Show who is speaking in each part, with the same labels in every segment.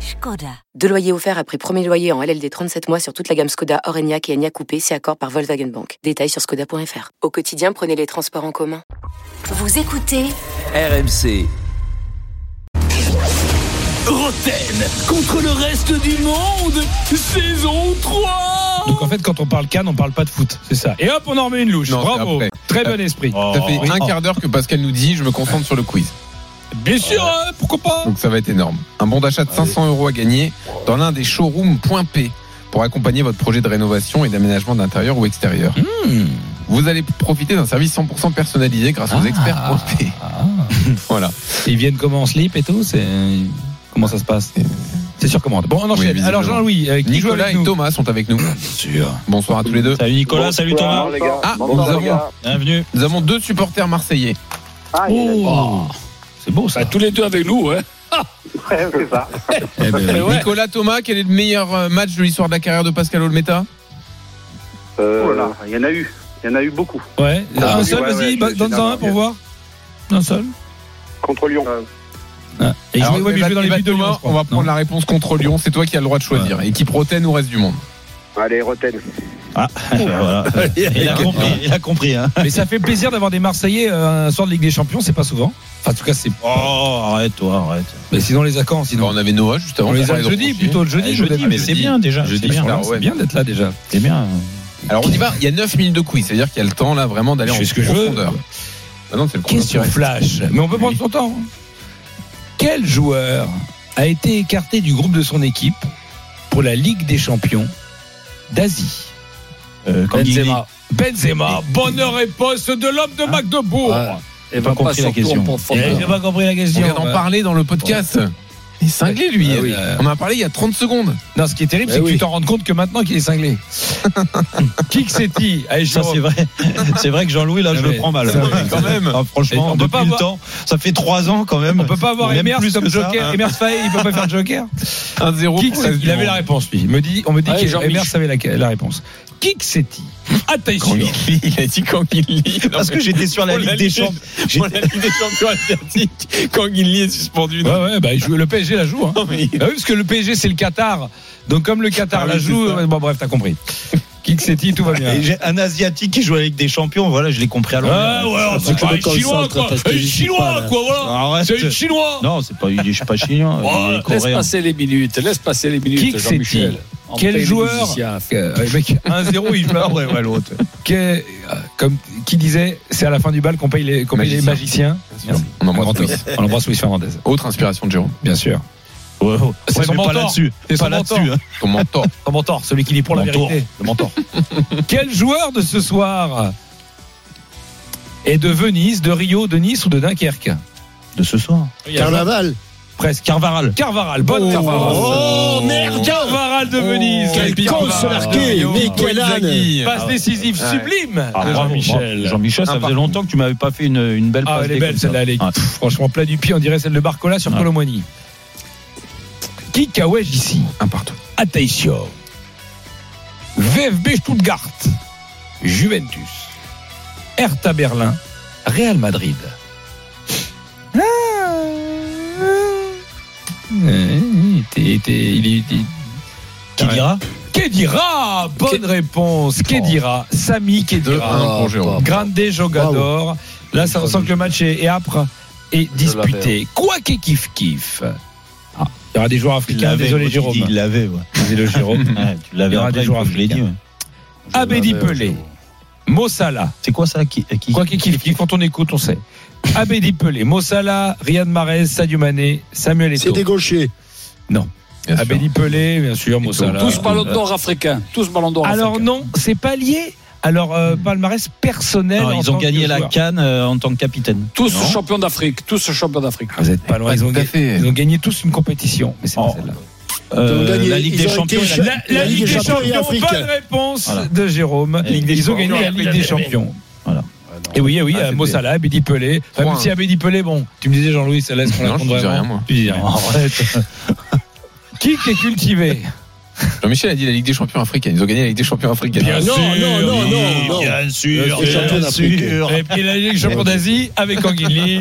Speaker 1: Skoda.
Speaker 2: Deux loyers offerts après premier loyer en LLD 37 mois sur toute la gamme Skoda, Orenia et Enya Coupé, c'est accord par Volkswagen Bank. Détails sur skoda.fr. Au quotidien, prenez les transports en commun.
Speaker 1: Vous écoutez
Speaker 3: RMC. Roten contre le reste du monde, saison 3
Speaker 4: Donc en fait, quand on parle Cannes, on parle pas de foot, c'est ça. Et hop, on en remet une louche.
Speaker 5: Non, c'est
Speaker 4: Bravo.
Speaker 5: après.
Speaker 4: Très
Speaker 6: Ah.
Speaker 4: bon esprit.
Speaker 5: Ça fait
Speaker 6: Oh.
Speaker 5: un quart d'heure que Pascal nous dit je me concentre sur le quiz.
Speaker 4: Bien sûr,
Speaker 6: Ah.
Speaker 4: hein, pourquoi pas
Speaker 5: Donc ça va être énorme. Un bon d'achat de 500 euros à gagner dans l'un des showrooms Point P pour accompagner votre projet de rénovation et d'aménagement d'intérieur ou extérieur.
Speaker 6: Hmm.
Speaker 5: Vous allez profiter d'un service 100% personnalisé grâce
Speaker 6: Ah.
Speaker 5: aux experts Point P.
Speaker 4: Ah.
Speaker 5: Voilà.
Speaker 6: Ils viennent comment en slip et tout c'est... Comment ça se passe C'est sur commande. Bon,
Speaker 5: on
Speaker 6: enchaîne. Alors Jean-Louis, euh, qui joue
Speaker 5: Nicolas
Speaker 6: avec
Speaker 5: et
Speaker 6: nous
Speaker 5: Thomas sont avec nous.
Speaker 6: Sûr.
Speaker 5: Bonsoir à tous les deux.
Speaker 6: Salut Nicolas, salut Thomas.
Speaker 5: Ah, nous
Speaker 7: Bonsoir, les
Speaker 5: avons,
Speaker 7: gars.
Speaker 6: Bienvenue.
Speaker 5: nous avons deux supporters marseillais.
Speaker 7: Ah, il est
Speaker 6: Oh, c'est beau ça.
Speaker 8: Bah, tous les deux avec nous, hein.
Speaker 7: là. c'est ça.
Speaker 6: Eh ben,
Speaker 8: Ouais.
Speaker 5: Nicolas, Thomas, quel est le meilleur euh, match de l'histoire de la carrière de Pascal Olmeta
Speaker 7: Euh, oh là là, il y en a eu. Il y en a eu beaucoup.
Speaker 4: Ouais.
Speaker 7: Ah,
Speaker 4: un
Speaker 7: oui,
Speaker 4: seul,
Speaker 7: ouais,
Speaker 4: vas-y,
Speaker 7: ouais,
Speaker 4: bah,
Speaker 7: c'est
Speaker 4: donne-en un
Speaker 7: énorme.
Speaker 4: pour voir. Un seul.
Speaker 7: Contre Lyon.
Speaker 6: Ah, et
Speaker 4: Alors,
Speaker 6: jouer-
Speaker 5: eh
Speaker 6: ouais, mais
Speaker 4: il
Speaker 6: jouer
Speaker 4: va-
Speaker 6: dans les
Speaker 4: il va
Speaker 6: buts de
Speaker 5: ben, Thomas,
Speaker 6: Lyon, je crois.
Speaker 5: on va prendre la réponse contre Lyon. C'est toi qui as le droit de choisir. Équipe Roten ou reste du monde
Speaker 7: Allez, Roten.
Speaker 4: Ah,
Speaker 6: Voilà. Il a compris. Il a compris. Hein.
Speaker 4: Mais ça fait plaisir d'avoir des Marseillais euh, un soir de Ligue des Champions, c'est pas souvent. Enfin, en tout cas, c'est.
Speaker 6: Oh, arrête toi, arrête.
Speaker 4: Mais sinon, les accords, sinon.
Speaker 5: On avait Noah juste avant.
Speaker 4: On les
Speaker 5: Ils
Speaker 4: a
Speaker 5: ont
Speaker 4: le jeudi,
Speaker 5: franchi.
Speaker 4: plutôt le jeudi.
Speaker 6: Eh,
Speaker 4: je
Speaker 6: jeudi,
Speaker 4: vous
Speaker 6: mais
Speaker 4: dis.
Speaker 6: c'est bien déjà.
Speaker 5: Jeudi,
Speaker 6: c'est bien,
Speaker 5: voilà,
Speaker 6: c'est
Speaker 5: ouais.
Speaker 6: bien d'être là déjà. C'est bien.
Speaker 5: Alors on y va, il y a 9 minutes de quiz, c'est-à-dire qu'il y a le temps là vraiment d'aller
Speaker 4: Je
Speaker 5: en
Speaker 4: fais ce que je veux.
Speaker 5: profondeur. Ah non, c'est le chrono qui
Speaker 4: Question
Speaker 5: reste.
Speaker 4: flash. Mais on peut prendre son temps. hein. Quel joueur a été écarté du groupe de son équipe pour la Ligue des Champions d'Asie
Speaker 6: Euh, comme
Speaker 8: Benzema.
Speaker 4: Benzema, bonne réponse de l'homme
Speaker 6: Ah.
Speaker 4: de Magdebourg.
Speaker 6: Ouais.
Speaker 8: Et
Speaker 6: pas compris la question.
Speaker 4: Eh, J'ai pas compris la
Speaker 5: On
Speaker 4: question.
Speaker 5: vient d'en parler dans le podcast. Il est cinglé lui.
Speaker 4: bah Ah oui.
Speaker 5: On en a parlé il y a 30 secondes.
Speaker 4: Non, ce qui est terrible,
Speaker 6: Eh
Speaker 4: c'est que
Speaker 6: oui.
Speaker 4: tu t'en rends compte que maintenant qu'il est cinglé. Qui que c'est-il Allez,
Speaker 6: Ça, c'est
Speaker 4: Jérôme.
Speaker 6: vrai. C'est vrai que Jean-Louis, là, je
Speaker 4: Ah, mais-
Speaker 6: le prends mal.
Speaker 4: c'est vrai,
Speaker 5: quand même.
Speaker 6: Ah, franchement,
Speaker 4: Et on
Speaker 6: on
Speaker 4: peut
Speaker 6: depuis
Speaker 4: pas
Speaker 6: le
Speaker 4: avoir-
Speaker 6: temps, ça fait trois ans quand même.
Speaker 4: On peut pas avoir
Speaker 6: On aime
Speaker 4: Emers
Speaker 6: plus
Speaker 4: comme
Speaker 6: que ça,
Speaker 4: joker.
Speaker 6: hein.
Speaker 4: Emers Faye, il peut pas faire de joker.
Speaker 5: 1-0.
Speaker 4: Qui que
Speaker 5: pour
Speaker 4: c'est-
Speaker 5: reste du
Speaker 4: il avait
Speaker 5: monde.
Speaker 4: la réponse, lui. Il me dit, on me dit
Speaker 8: Allez,
Speaker 4: que
Speaker 8: Jean-Mich.
Speaker 4: Emers savait la, la réponse. Qui que c'est-il Attention.
Speaker 5: Quand il lit, Il a dit quand il lit.
Speaker 6: Parce que j'étais sur la
Speaker 5: On l'a
Speaker 6: Ligue des
Speaker 5: dit.
Speaker 6: Champions.
Speaker 5: Pour la Ligue des Champions asiatiques, quand il lit est suspendu.
Speaker 4: Ouais, ouais, bah, il joue- le PSG la joue. Hein.
Speaker 5: Non, mais-
Speaker 4: Bah oui, parce que le PSG, c'est le Qatar. Donc, comme le Qatar
Speaker 5: Ah oui,
Speaker 4: la
Speaker 5: c'est
Speaker 4: joue,
Speaker 5: ça.
Speaker 4: euh, bon, bref, t'as compris. Qui que c'est-il Tout va bien.
Speaker 6: Et j'ai un Asiatique qui joue à la Ligue des Champions, voilà, je l'ai compris à l'envers.
Speaker 8: c'est pas un Chinois, quoi. Un Chinois, quoi, voilà.
Speaker 6: Arrête.
Speaker 8: C'est un Chinois.
Speaker 6: Non, c'est pas, je suis pas chinois. il est
Speaker 8: Oh, laisse
Speaker 6: coréen.
Speaker 8: passer les minutes, laisse passer les minutes,
Speaker 4: Qui que
Speaker 8: Jean-Michel. En
Speaker 4: Quel
Speaker 8: paix, les
Speaker 4: joueur
Speaker 8: musiciens.
Speaker 4: Euh, ouais, mec, 1-0, il meurt.
Speaker 6: Ouais, ouais, l'autre.
Speaker 4: Que- euh, comme qui disait, c'est à la fin du bal qu'on paye les, qu'on paye les magiciens. Merci.
Speaker 5: On embrasse
Speaker 4: On
Speaker 5: Louis.
Speaker 4: embrasse- on embrasse Luis Fernandez,
Speaker 5: Autre inspiration de Jérôme.
Speaker 4: bien sûr.
Speaker 6: Ouais, ouais.
Speaker 4: C'est
Speaker 6: Ouais,
Speaker 4: son
Speaker 6: mais
Speaker 4: mentor.
Speaker 6: pas là-dessus.
Speaker 4: C'est son
Speaker 6: Pas là-dessus.
Speaker 4: mentor.
Speaker 6: hein.
Speaker 5: Ton mentor.
Speaker 4: Ton mentor, celui qui dit pour la
Speaker 6: Mentor.
Speaker 4: vérité.
Speaker 6: Le mentor.
Speaker 4: Quel joueur de ce soir est de Venise, de Rio, de Nice ou de Dunkerque
Speaker 6: De ce soir.
Speaker 8: Carnaval.
Speaker 4: Presque. Carvaral. Carvaral, bonne Carvaral.
Speaker 8: Oh, merde
Speaker 4: Carvaral de Venise.
Speaker 8: Quel
Speaker 4: Carvaral
Speaker 8: con se
Speaker 4: de
Speaker 8: larguer,
Speaker 4: Rio.
Speaker 8: mais quel âne
Speaker 5: Inzaghi.
Speaker 4: Passe décisive
Speaker 5: Ouais.
Speaker 4: sublime
Speaker 6: Ah,
Speaker 4: de
Speaker 6: bravo,
Speaker 4: Jean-Michel.
Speaker 6: bravo. Jean-Michel,
Speaker 5: Un
Speaker 6: ça faisait
Speaker 5: partout.
Speaker 6: longtemps que tu m'avais pas fait une, une belle
Speaker 4: Ah,
Speaker 6: passe.
Speaker 4: elle est
Speaker 6: D
Speaker 4: belle
Speaker 6: comme ça.
Speaker 4: celle-là, elle est-
Speaker 6: Ah.
Speaker 4: pff, franchement plein du pied, on dirait celle de Barcola sur
Speaker 6: Ah.
Speaker 4: Colomboigny. Qui cahouège ici
Speaker 5: Un partout.
Speaker 4: Attention. VfB Stuttgart, Juventus, Hertha Berlin, Real Madrid. Ah. Euh, t'es- t'es- il est- il est-
Speaker 6: Qui dira
Speaker 4: Kedira Bonne réponse. Kedira. Sami Kedira.
Speaker 5: 2-1 pour Jérôme.
Speaker 4: Grande Jogador. Là, ça ressemble que le match est est âpre et disputé. Quoi qu'il kiff kiff. Ah, Il y aura des joueurs africains.
Speaker 6: quand
Speaker 4: Désolé,
Speaker 6: tu dis,
Speaker 4: Jérôme.
Speaker 6: Il l'avait, ouais.
Speaker 4: Désolé, Jérôme.
Speaker 6: Ouais, Tu
Speaker 4: Il y
Speaker 6: l'avais
Speaker 4: aura des
Speaker 6: après,
Speaker 4: joueurs
Speaker 6: je l'ai dit.
Speaker 4: africains.
Speaker 6: ouais.
Speaker 4: Abedi Pelé. Mossala.
Speaker 6: C'est quoi ça qui, qui-
Speaker 4: Quoi qu'il kiffe kiff, quand on écoute, on sait. Abedi Pelé, Mossala, Riyad Mahrez, Sadio Mané, Samuel Eto'o.
Speaker 8: gauchers.
Speaker 5: Bien sûr.
Speaker 4: Abedi Pelé, bien sûr, Mossala.
Speaker 8: Tous ballons d'or africains. Tous ballons d'or
Speaker 4: Alors
Speaker 8: africains.
Speaker 4: non, c'est pas lié. Alors euh, palmarès personnel.
Speaker 6: Hmm. Non,
Speaker 4: en
Speaker 6: ils
Speaker 4: tant
Speaker 6: ont
Speaker 4: que
Speaker 6: gagné la
Speaker 4: joueur.
Speaker 6: canne en tant que capitaine.
Speaker 8: Tous
Speaker 6: Non.
Speaker 8: champions d'Afrique. Tous champions d'Afrique.
Speaker 4: Ah, Vous êtes pas loin.
Speaker 5: Pas
Speaker 4: Ils ont,
Speaker 5: tout à
Speaker 4: gagné,
Speaker 5: fait.
Speaker 4: ils ont gagné tous une compétition, mais c'est pas
Speaker 6: Oh.
Speaker 4: celle-là.
Speaker 6: Euh,
Speaker 9: Ils ont gagné-
Speaker 6: la Ligue
Speaker 9: ils
Speaker 6: des
Speaker 9: ont été
Speaker 6: Champions. et
Speaker 9: cha-
Speaker 6: la-
Speaker 4: La, Ligue des Champions.
Speaker 9: Afrique.
Speaker 4: Bonne réponse
Speaker 6: Voilà.
Speaker 4: de Jérôme.
Speaker 6: La Ligue des
Speaker 4: ils ont
Speaker 6: Champions.
Speaker 4: gagné la Ligue des Champions. Et oui, eh oui,
Speaker 5: Ah,
Speaker 4: à
Speaker 5: c'était-
Speaker 4: Mossala, Abedi Pelé. Enfin, même
Speaker 5: Trois,
Speaker 4: si
Speaker 5: hein.
Speaker 4: Abedi Pelé, bon, tu me disais Jean-Louis, ça laisse qu'on
Speaker 5: Non,
Speaker 4: la
Speaker 5: je
Speaker 4: compte
Speaker 5: te dis
Speaker 4: vraiment.
Speaker 5: rien, moi.
Speaker 4: Tu dis, oh, arrête. Qui est cultivé
Speaker 5: Jean-Michel a dit la Ligue des Champions africaine. Ils ont gagné la Ligue des Champions africaine.
Speaker 4: Bien
Speaker 8: non,
Speaker 4: sûr,
Speaker 8: non, non, non, non.
Speaker 4: Bien sûr,
Speaker 8: Les champions
Speaker 4: bien
Speaker 8: d'Afrique.
Speaker 4: sûr. Et puis la Ligue des champions d'Asie avec Anguilly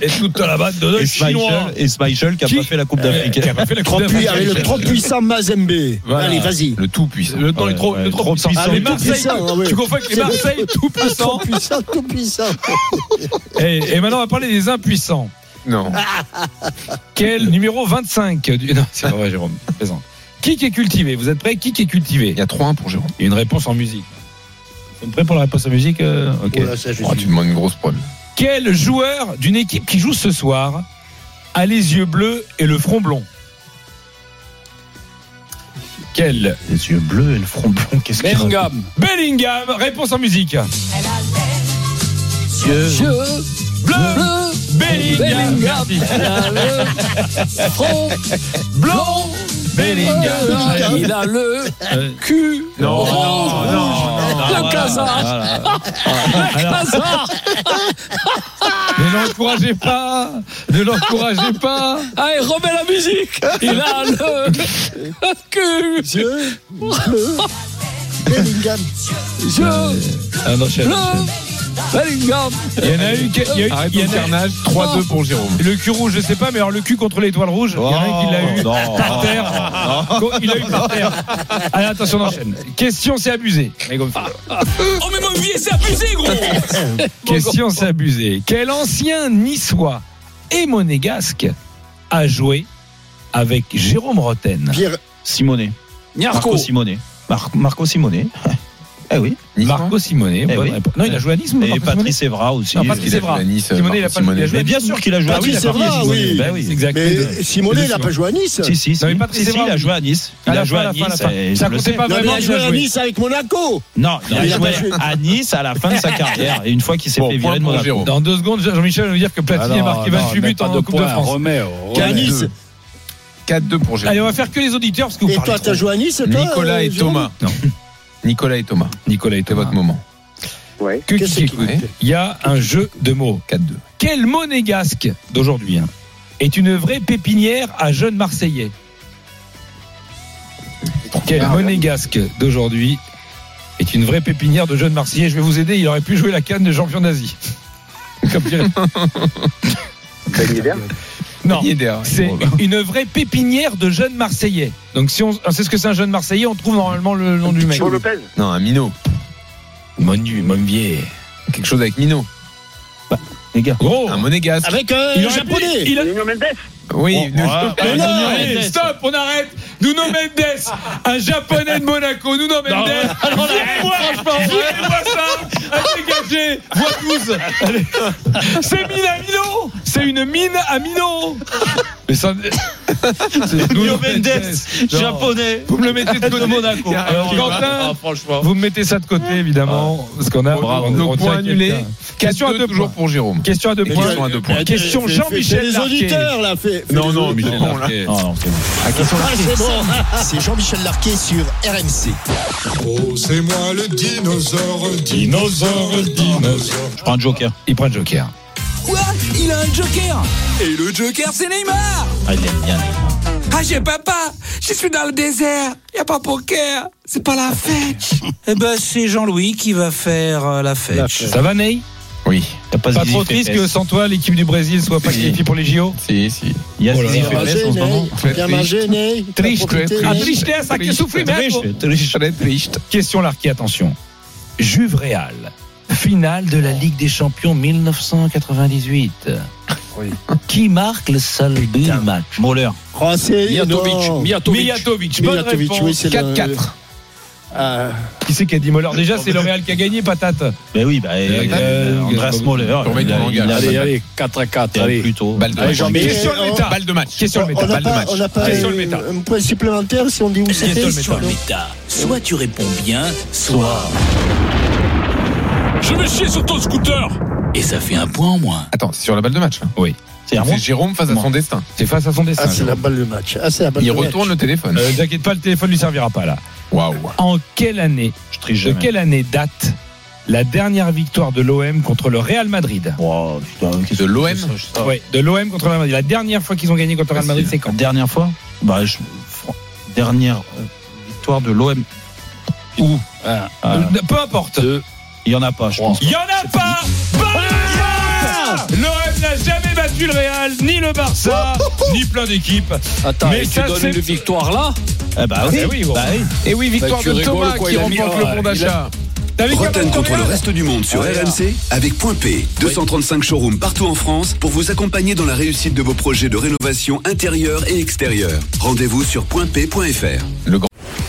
Speaker 4: et toute la bande de
Speaker 1: Et
Speaker 4: Chinois.
Speaker 1: Schmeichel, et Schmeichel qui n'a
Speaker 4: Qui
Speaker 1: pas fait la Coupe d'Afrique.
Speaker 4: Qui a pas fait la
Speaker 9: Trop
Speaker 4: Coupe
Speaker 9: pui-
Speaker 4: d'Afrique.
Speaker 9: avec le trop puissant Mazembe.
Speaker 4: Voilà.
Speaker 9: Allez, vas-y.
Speaker 5: Le tout puissant.
Speaker 4: Le temps est trop,
Speaker 1: Ouais,
Speaker 4: le
Speaker 1: ouais,
Speaker 4: trop,
Speaker 1: trop
Speaker 4: puissant.
Speaker 1: puissant.
Speaker 4: Ah, les
Speaker 9: Tout
Speaker 4: Marseille,
Speaker 9: puissant, ah ouais.
Speaker 4: tu confonds avec les
Speaker 9: C'est bon.
Speaker 4: Marseille tout
Speaker 9: Ah,
Speaker 4: puissants.
Speaker 9: trop puissant, tout puissant.
Speaker 4: Et, et maintenant, on va parler des impuissants.
Speaker 5: Non.
Speaker 4: Quel numéro 25 du... Non, c'est pas vrai, Jérôme. Plaisante. Qui qui est cultivé Vous êtes prêts Qui qui est cultivé
Speaker 5: Il y a 3-1 pour Jérôme.
Speaker 4: Il y a une réponse en musique. Vous êtes prêts pour la réponse en musique euh, Ok.
Speaker 9: Voilà, ça, je
Speaker 5: Oh,
Speaker 9: suis-
Speaker 5: tu me demandes une grosse preuve.
Speaker 4: Quel joueur d'une équipe qui joue ce soir a les yeux bleus et le front blond Quel
Speaker 1: Les yeux bleus et le front blond, qu'est-ce qu'il raconte
Speaker 8: Bellingham.
Speaker 4: Bellingham Réponse en musique.
Speaker 9: Je-
Speaker 4: Bleu, Bellingham, Merci.
Speaker 3: Franck
Speaker 4: Blanc
Speaker 9: Oh
Speaker 4: Bellingham Euh,
Speaker 3: Il a le cul.
Speaker 4: Non,
Speaker 3: rouge. Le casard. Le casard.
Speaker 4: Ne l'encouragez pas Ne l'encouragez pas
Speaker 3: Allez, remets la musique. Il a le cul.
Speaker 9: Je- Bleu. Bellingham.
Speaker 3: Je
Speaker 4: Ah non, chef.
Speaker 3: le Bellingham.
Speaker 4: Il y en a eu. qui- Il y a eu-
Speaker 5: Arrête
Speaker 4: il y
Speaker 5: le
Speaker 4: en a-
Speaker 5: carnage. 3-2 pour Jérôme.
Speaker 4: Le cul rouge, je sais pas, mais alors le cul contre l'étoile rouge, il y en a un qui l'a eu
Speaker 1: Non.
Speaker 4: par terre. Il a eu par terre. Allez, attention, on enchaîne. Question, c'est abusé. Ah, Mais comme ça.
Speaker 3: Oh, mais mon vieil, c'est abusé, gros.
Speaker 4: Question, c'est abusé. Quel ancien niçois et monégasque a joué avec Jérôme Roten
Speaker 9: Pierre.
Speaker 1: Simonet.
Speaker 8: Niarco.
Speaker 1: Marco Simonet. Mar- Marco Simonet. Eh oui.
Speaker 5: Nice, hein
Speaker 4: Marco Simonet.
Speaker 1: Eh
Speaker 4: bonne
Speaker 1: oui.
Speaker 4: réponse. Non, il a joué à Nice, mais
Speaker 1: Et Patrice Evra aussi.
Speaker 4: Non,
Speaker 5: Est-ce
Speaker 4: Patrice
Speaker 5: qu'il a
Speaker 4: Evra.
Speaker 5: joué à Nice,
Speaker 4: Simonet, il a
Speaker 5: Marco
Speaker 4: pas- il a joué
Speaker 5: Simonet
Speaker 4: Ah à
Speaker 1: Mais bien sûr qu'il a joué à
Speaker 9: Patrice
Speaker 1: Nice.
Speaker 9: Evra, oui.
Speaker 1: Ben oui.
Speaker 4: Exactement.
Speaker 9: Mais Simonet, il n'a pas joué à Nice.
Speaker 1: Si, si, si.
Speaker 4: Non, mais Patrice
Speaker 1: Si, si,
Speaker 4: Evra-
Speaker 1: il a joué à Nice.
Speaker 4: À
Speaker 1: Il
Speaker 4: la
Speaker 1: a
Speaker 4: fin,
Speaker 1: joué
Speaker 4: à
Speaker 1: à
Speaker 4: la
Speaker 1: Nice.
Speaker 4: fin, à la fin.
Speaker 1: et je
Speaker 4: Ça
Speaker 1: le
Speaker 4: comptait
Speaker 1: sais.
Speaker 4: pas
Speaker 9: Non, mais il
Speaker 4: vraiment.
Speaker 9: a
Speaker 4: il
Speaker 9: joué
Speaker 4: a
Speaker 9: à
Speaker 4: joué.
Speaker 9: Nice avec Monaco.
Speaker 1: Non, il a
Speaker 9: Il a
Speaker 1: joué
Speaker 9: pas joué.
Speaker 1: à Nice à la fin de sa carrière. Et une fois qu'il s'est
Speaker 5: Bon,
Speaker 1: fait
Speaker 5: point
Speaker 1: virer de
Speaker 5: pour
Speaker 1: Monaco.
Speaker 5: Jérôme.
Speaker 4: Dans deux secondes, Jean-Michel va nous dire que
Speaker 8: Ah
Speaker 4: Platini
Speaker 8: non,
Speaker 4: a marqué
Speaker 8: non,
Speaker 4: 28
Speaker 8: mets
Speaker 4: buts
Speaker 8: pas
Speaker 4: en
Speaker 8: de
Speaker 4: Coupe de
Speaker 8: points,
Speaker 4: France.
Speaker 8: Remets,
Speaker 9: Qu'à
Speaker 8: remets.
Speaker 9: Nice.
Speaker 5: 4-2 pour
Speaker 4: Allez,
Speaker 5: Jérôme.
Speaker 4: on va faire que les auditeurs parce que vous
Speaker 9: Et toi,
Speaker 4: parlez
Speaker 9: t'as
Speaker 4: trop.
Speaker 9: joué à Nice, toi
Speaker 5: Nicolas
Speaker 9: euh,
Speaker 5: et
Speaker 9: Jérôme
Speaker 5: Thomas.
Speaker 4: Non. Ah.
Speaker 5: Nicolas et Thomas.
Speaker 4: Nicolas et
Speaker 5: C'est
Speaker 4: Thomas.
Speaker 5: votre moment.
Speaker 7: Ouais.
Speaker 4: Que qui
Speaker 9: Qu'est-ce qu'il
Speaker 4: écoute Il y a un jeu de mots.
Speaker 5: 4-2.
Speaker 4: Quel monégasque d'aujourd'hui hein, est une vraie pépinière à jeunes Marseillais Quel monégasque d'aujourd'hui est une vraie pépinière de jeunes Marseillais Je vais vous aider, il aurait pu jouer la canne de champion d'Asie. Comme dirait-
Speaker 7: Ben Yedder.
Speaker 4: Non.
Speaker 5: Il est derrière.
Speaker 4: C'est
Speaker 5: Bon, bah.
Speaker 4: une vraie pépinière de jeunes Marseillais. Donc si on on sait ce que c'est un jeune Marseillais, on trouve normalement le nom du mec.
Speaker 7: Paul Lopez.
Speaker 5: Non, un minot.
Speaker 4: Monu, Monvier.
Speaker 5: Quelque chose avec minot.
Speaker 1: Les gars.
Speaker 4: Gros.
Speaker 5: Un monégasque.
Speaker 9: Avec euh,
Speaker 4: Il
Speaker 9: le
Speaker 4: aurait pu-
Speaker 9: japonais.
Speaker 4: il a-
Speaker 7: Nuno Mendes.
Speaker 5: Oui.
Speaker 1: Bon, voilà.
Speaker 4: Allez,
Speaker 1: Allez, Nuno
Speaker 4: allez,
Speaker 1: Mendes.
Speaker 4: Eh stop, on arrête. Nuno Mendes, un japonais de Monaco. Nuno Mendes, viens voir, franchement, viens voir ça. À dégager, vois tous. Allez. C'est mine à Mino. C'est une mine à Mino. Mais ça. c'est
Speaker 1: Nuno Mendes,
Speaker 4: Non.
Speaker 1: japonais.
Speaker 4: Vous me le mettez de côté. Monaco. Alors, Quentin,
Speaker 1: franchement.
Speaker 4: vous me mettez ça de côté, évidemment. Parce qu'on a.
Speaker 5: Bravo.
Speaker 4: on- on
Speaker 5: Donc,
Speaker 4: tient
Speaker 5: point annulé.
Speaker 4: quelqu'un. Question à
Speaker 5: 4-2
Speaker 4: deux
Speaker 5: toujours
Speaker 4: points.
Speaker 5: pour Jérôme.
Speaker 4: Question à deux points.
Speaker 5: Question à deux points.
Speaker 4: Question
Speaker 9: Fais- fais-
Speaker 4: Jean-Michel
Speaker 9: fais Eh, les
Speaker 4: Larquet.
Speaker 9: auditeurs, là. fais- fais
Speaker 5: Non,
Speaker 9: les
Speaker 5: non,
Speaker 9: auditeurs.
Speaker 5: mais bon, là.
Speaker 1: Non, non, c'est bon.
Speaker 5: Ah, question-
Speaker 9: Ah, c'est bon.
Speaker 10: C'est Jean-Michel Larquet sur RMC.
Speaker 3: Oh, c'est moi le dinosaure, dinosaure, dinosaure.
Speaker 1: Je prends un joker.
Speaker 4: Il prend le Joker.
Speaker 3: Quoi Il a un joker Et le joker, c'est Neymar
Speaker 1: Ah, il aime bien.
Speaker 3: Ah, j'ai papa Je suis dans le désert Y a pas poker C'est pas la fête Eh ben, c'est Jean-Louis qui va faire euh, la fête.
Speaker 4: Ça va, Ney
Speaker 5: Oui.
Speaker 1: T'as
Speaker 4: Pas
Speaker 1: Zizi
Speaker 4: trop triste
Speaker 1: Pépès.
Speaker 4: que sans toi, l'équipe du Brésil soit pas
Speaker 5: Si.
Speaker 4: qualifiée pour les JO
Speaker 5: Si, si.
Speaker 1: Il y a
Speaker 4: Oh là
Speaker 1: Zizi
Speaker 4: là.
Speaker 9: Bien
Speaker 1: Pépès
Speaker 9: mangé,
Speaker 1: en ce moment.
Speaker 9: Ney. Bien mangé, Ney. T'as
Speaker 5: Triste,
Speaker 9: profité,
Speaker 5: triste.
Speaker 9: Ney.
Speaker 4: Ah, tristesse, ah, que
Speaker 5: Triste.
Speaker 4: souffriment
Speaker 1: Triche, triche.
Speaker 5: Très triste.
Speaker 4: Question Larquet, attention. Juve Real, finale de la Ligue des Champions 1998. Qui marque le seul but du match
Speaker 1: Moller.
Speaker 9: Oh, c'est- non.
Speaker 4: Mijatovic, bonne
Speaker 9: Mijatovic, oui,
Speaker 4: réponse.
Speaker 9: c'est le-
Speaker 4: 4-4.
Speaker 9: Ah,
Speaker 4: Qui c'est qui a dit Moller Déjà, c'est le Real qui a gagné, patate.
Speaker 1: Ben oui, bah, euh, euh, Andreas Moller.
Speaker 5: Surveille
Speaker 1: il a-
Speaker 5: ton
Speaker 1: il a-
Speaker 5: langage.
Speaker 8: Allez, allez, 4 à 4,
Speaker 1: Allez,
Speaker 8: allez.
Speaker 1: plutôt.
Speaker 5: Balle de match.
Speaker 9: Jean-Michel,
Speaker 4: Question
Speaker 9: on-
Speaker 4: le méta.
Speaker 5: Balle de match.
Speaker 4: Question le
Speaker 9: On
Speaker 4: méta.
Speaker 9: n'a
Speaker 5: balle de
Speaker 9: pas,
Speaker 5: match.
Speaker 9: on n'a pas
Speaker 4: Question le
Speaker 9: euh,
Speaker 4: méta.
Speaker 9: un point supplémentaire si on dit où c'était.
Speaker 3: Sur le méta, soit tu réponds bien, soit... Je vais chier sur ton scooter Et ça fait un point en moins.
Speaker 5: Attends, c'est sur la balle de match. là.
Speaker 1: C'est à moi
Speaker 5: C'est Jérôme face à
Speaker 1: Moi.
Speaker 5: son destin.
Speaker 4: C'est face à son dessin.
Speaker 9: Ah, c'est la balle de match. Ah, c'est la balle
Speaker 5: Il
Speaker 9: de match.
Speaker 5: retourne le téléphone.
Speaker 4: Euh, T'inquiète pas, le téléphone lui servira pas là.
Speaker 5: Waouh.
Speaker 4: En quelle année
Speaker 1: Je triche
Speaker 4: De
Speaker 1: jamais.
Speaker 4: quelle année date
Speaker 11: la dernière victoire de l'OM contre le Real Madrid.
Speaker 5: De l'OM
Speaker 12: Ah.
Speaker 11: Ouais, de l'OM contre le Real Madrid. La dernière fois qu'ils ont gagné contre le Real Madrid, c'est quand
Speaker 1: Dernière fois bah, je- fr- Dernière euh, victoire de l'OM. Où Ah, ah,
Speaker 11: Euh, Peu importe.
Speaker 1: Il n'y en a pas, je pense.
Speaker 4: Il y en a pas. Bonne L'OM n'a jamais battu le Real, ni le Barça, ni plein d'équipes.
Speaker 12: Oh. Attends,
Speaker 4: Mais
Speaker 12: et
Speaker 4: ça,
Speaker 12: tu donnes
Speaker 4: c'est-
Speaker 12: une victoire là
Speaker 1: Ah bah oui,
Speaker 4: Eh oui, bon.
Speaker 1: bah oui.
Speaker 5: Et oui, victoire
Speaker 12: Bah, tu
Speaker 5: de
Speaker 12: rigoles,
Speaker 5: Thomas
Speaker 12: quoi,
Speaker 5: qui
Speaker 12: il a mis-
Speaker 5: remporte
Speaker 12: Ah,
Speaker 5: le bon
Speaker 12: il a-
Speaker 5: d'achat.
Speaker 4: T'as vu
Speaker 13: Roten
Speaker 4: comment
Speaker 13: contre
Speaker 4: on
Speaker 13: le
Speaker 4: est
Speaker 13: reste du monde sur RMC avec Point P, 235 showrooms partout en France pour vous accompagner dans la réussite de vos projets de rénovation intérieure et extérieure. Rendez-vous sur pointp.fr.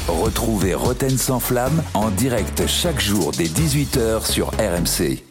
Speaker 14: Retrouvez Roten sans flamme en direct chaque jour dès 18h sur RMC.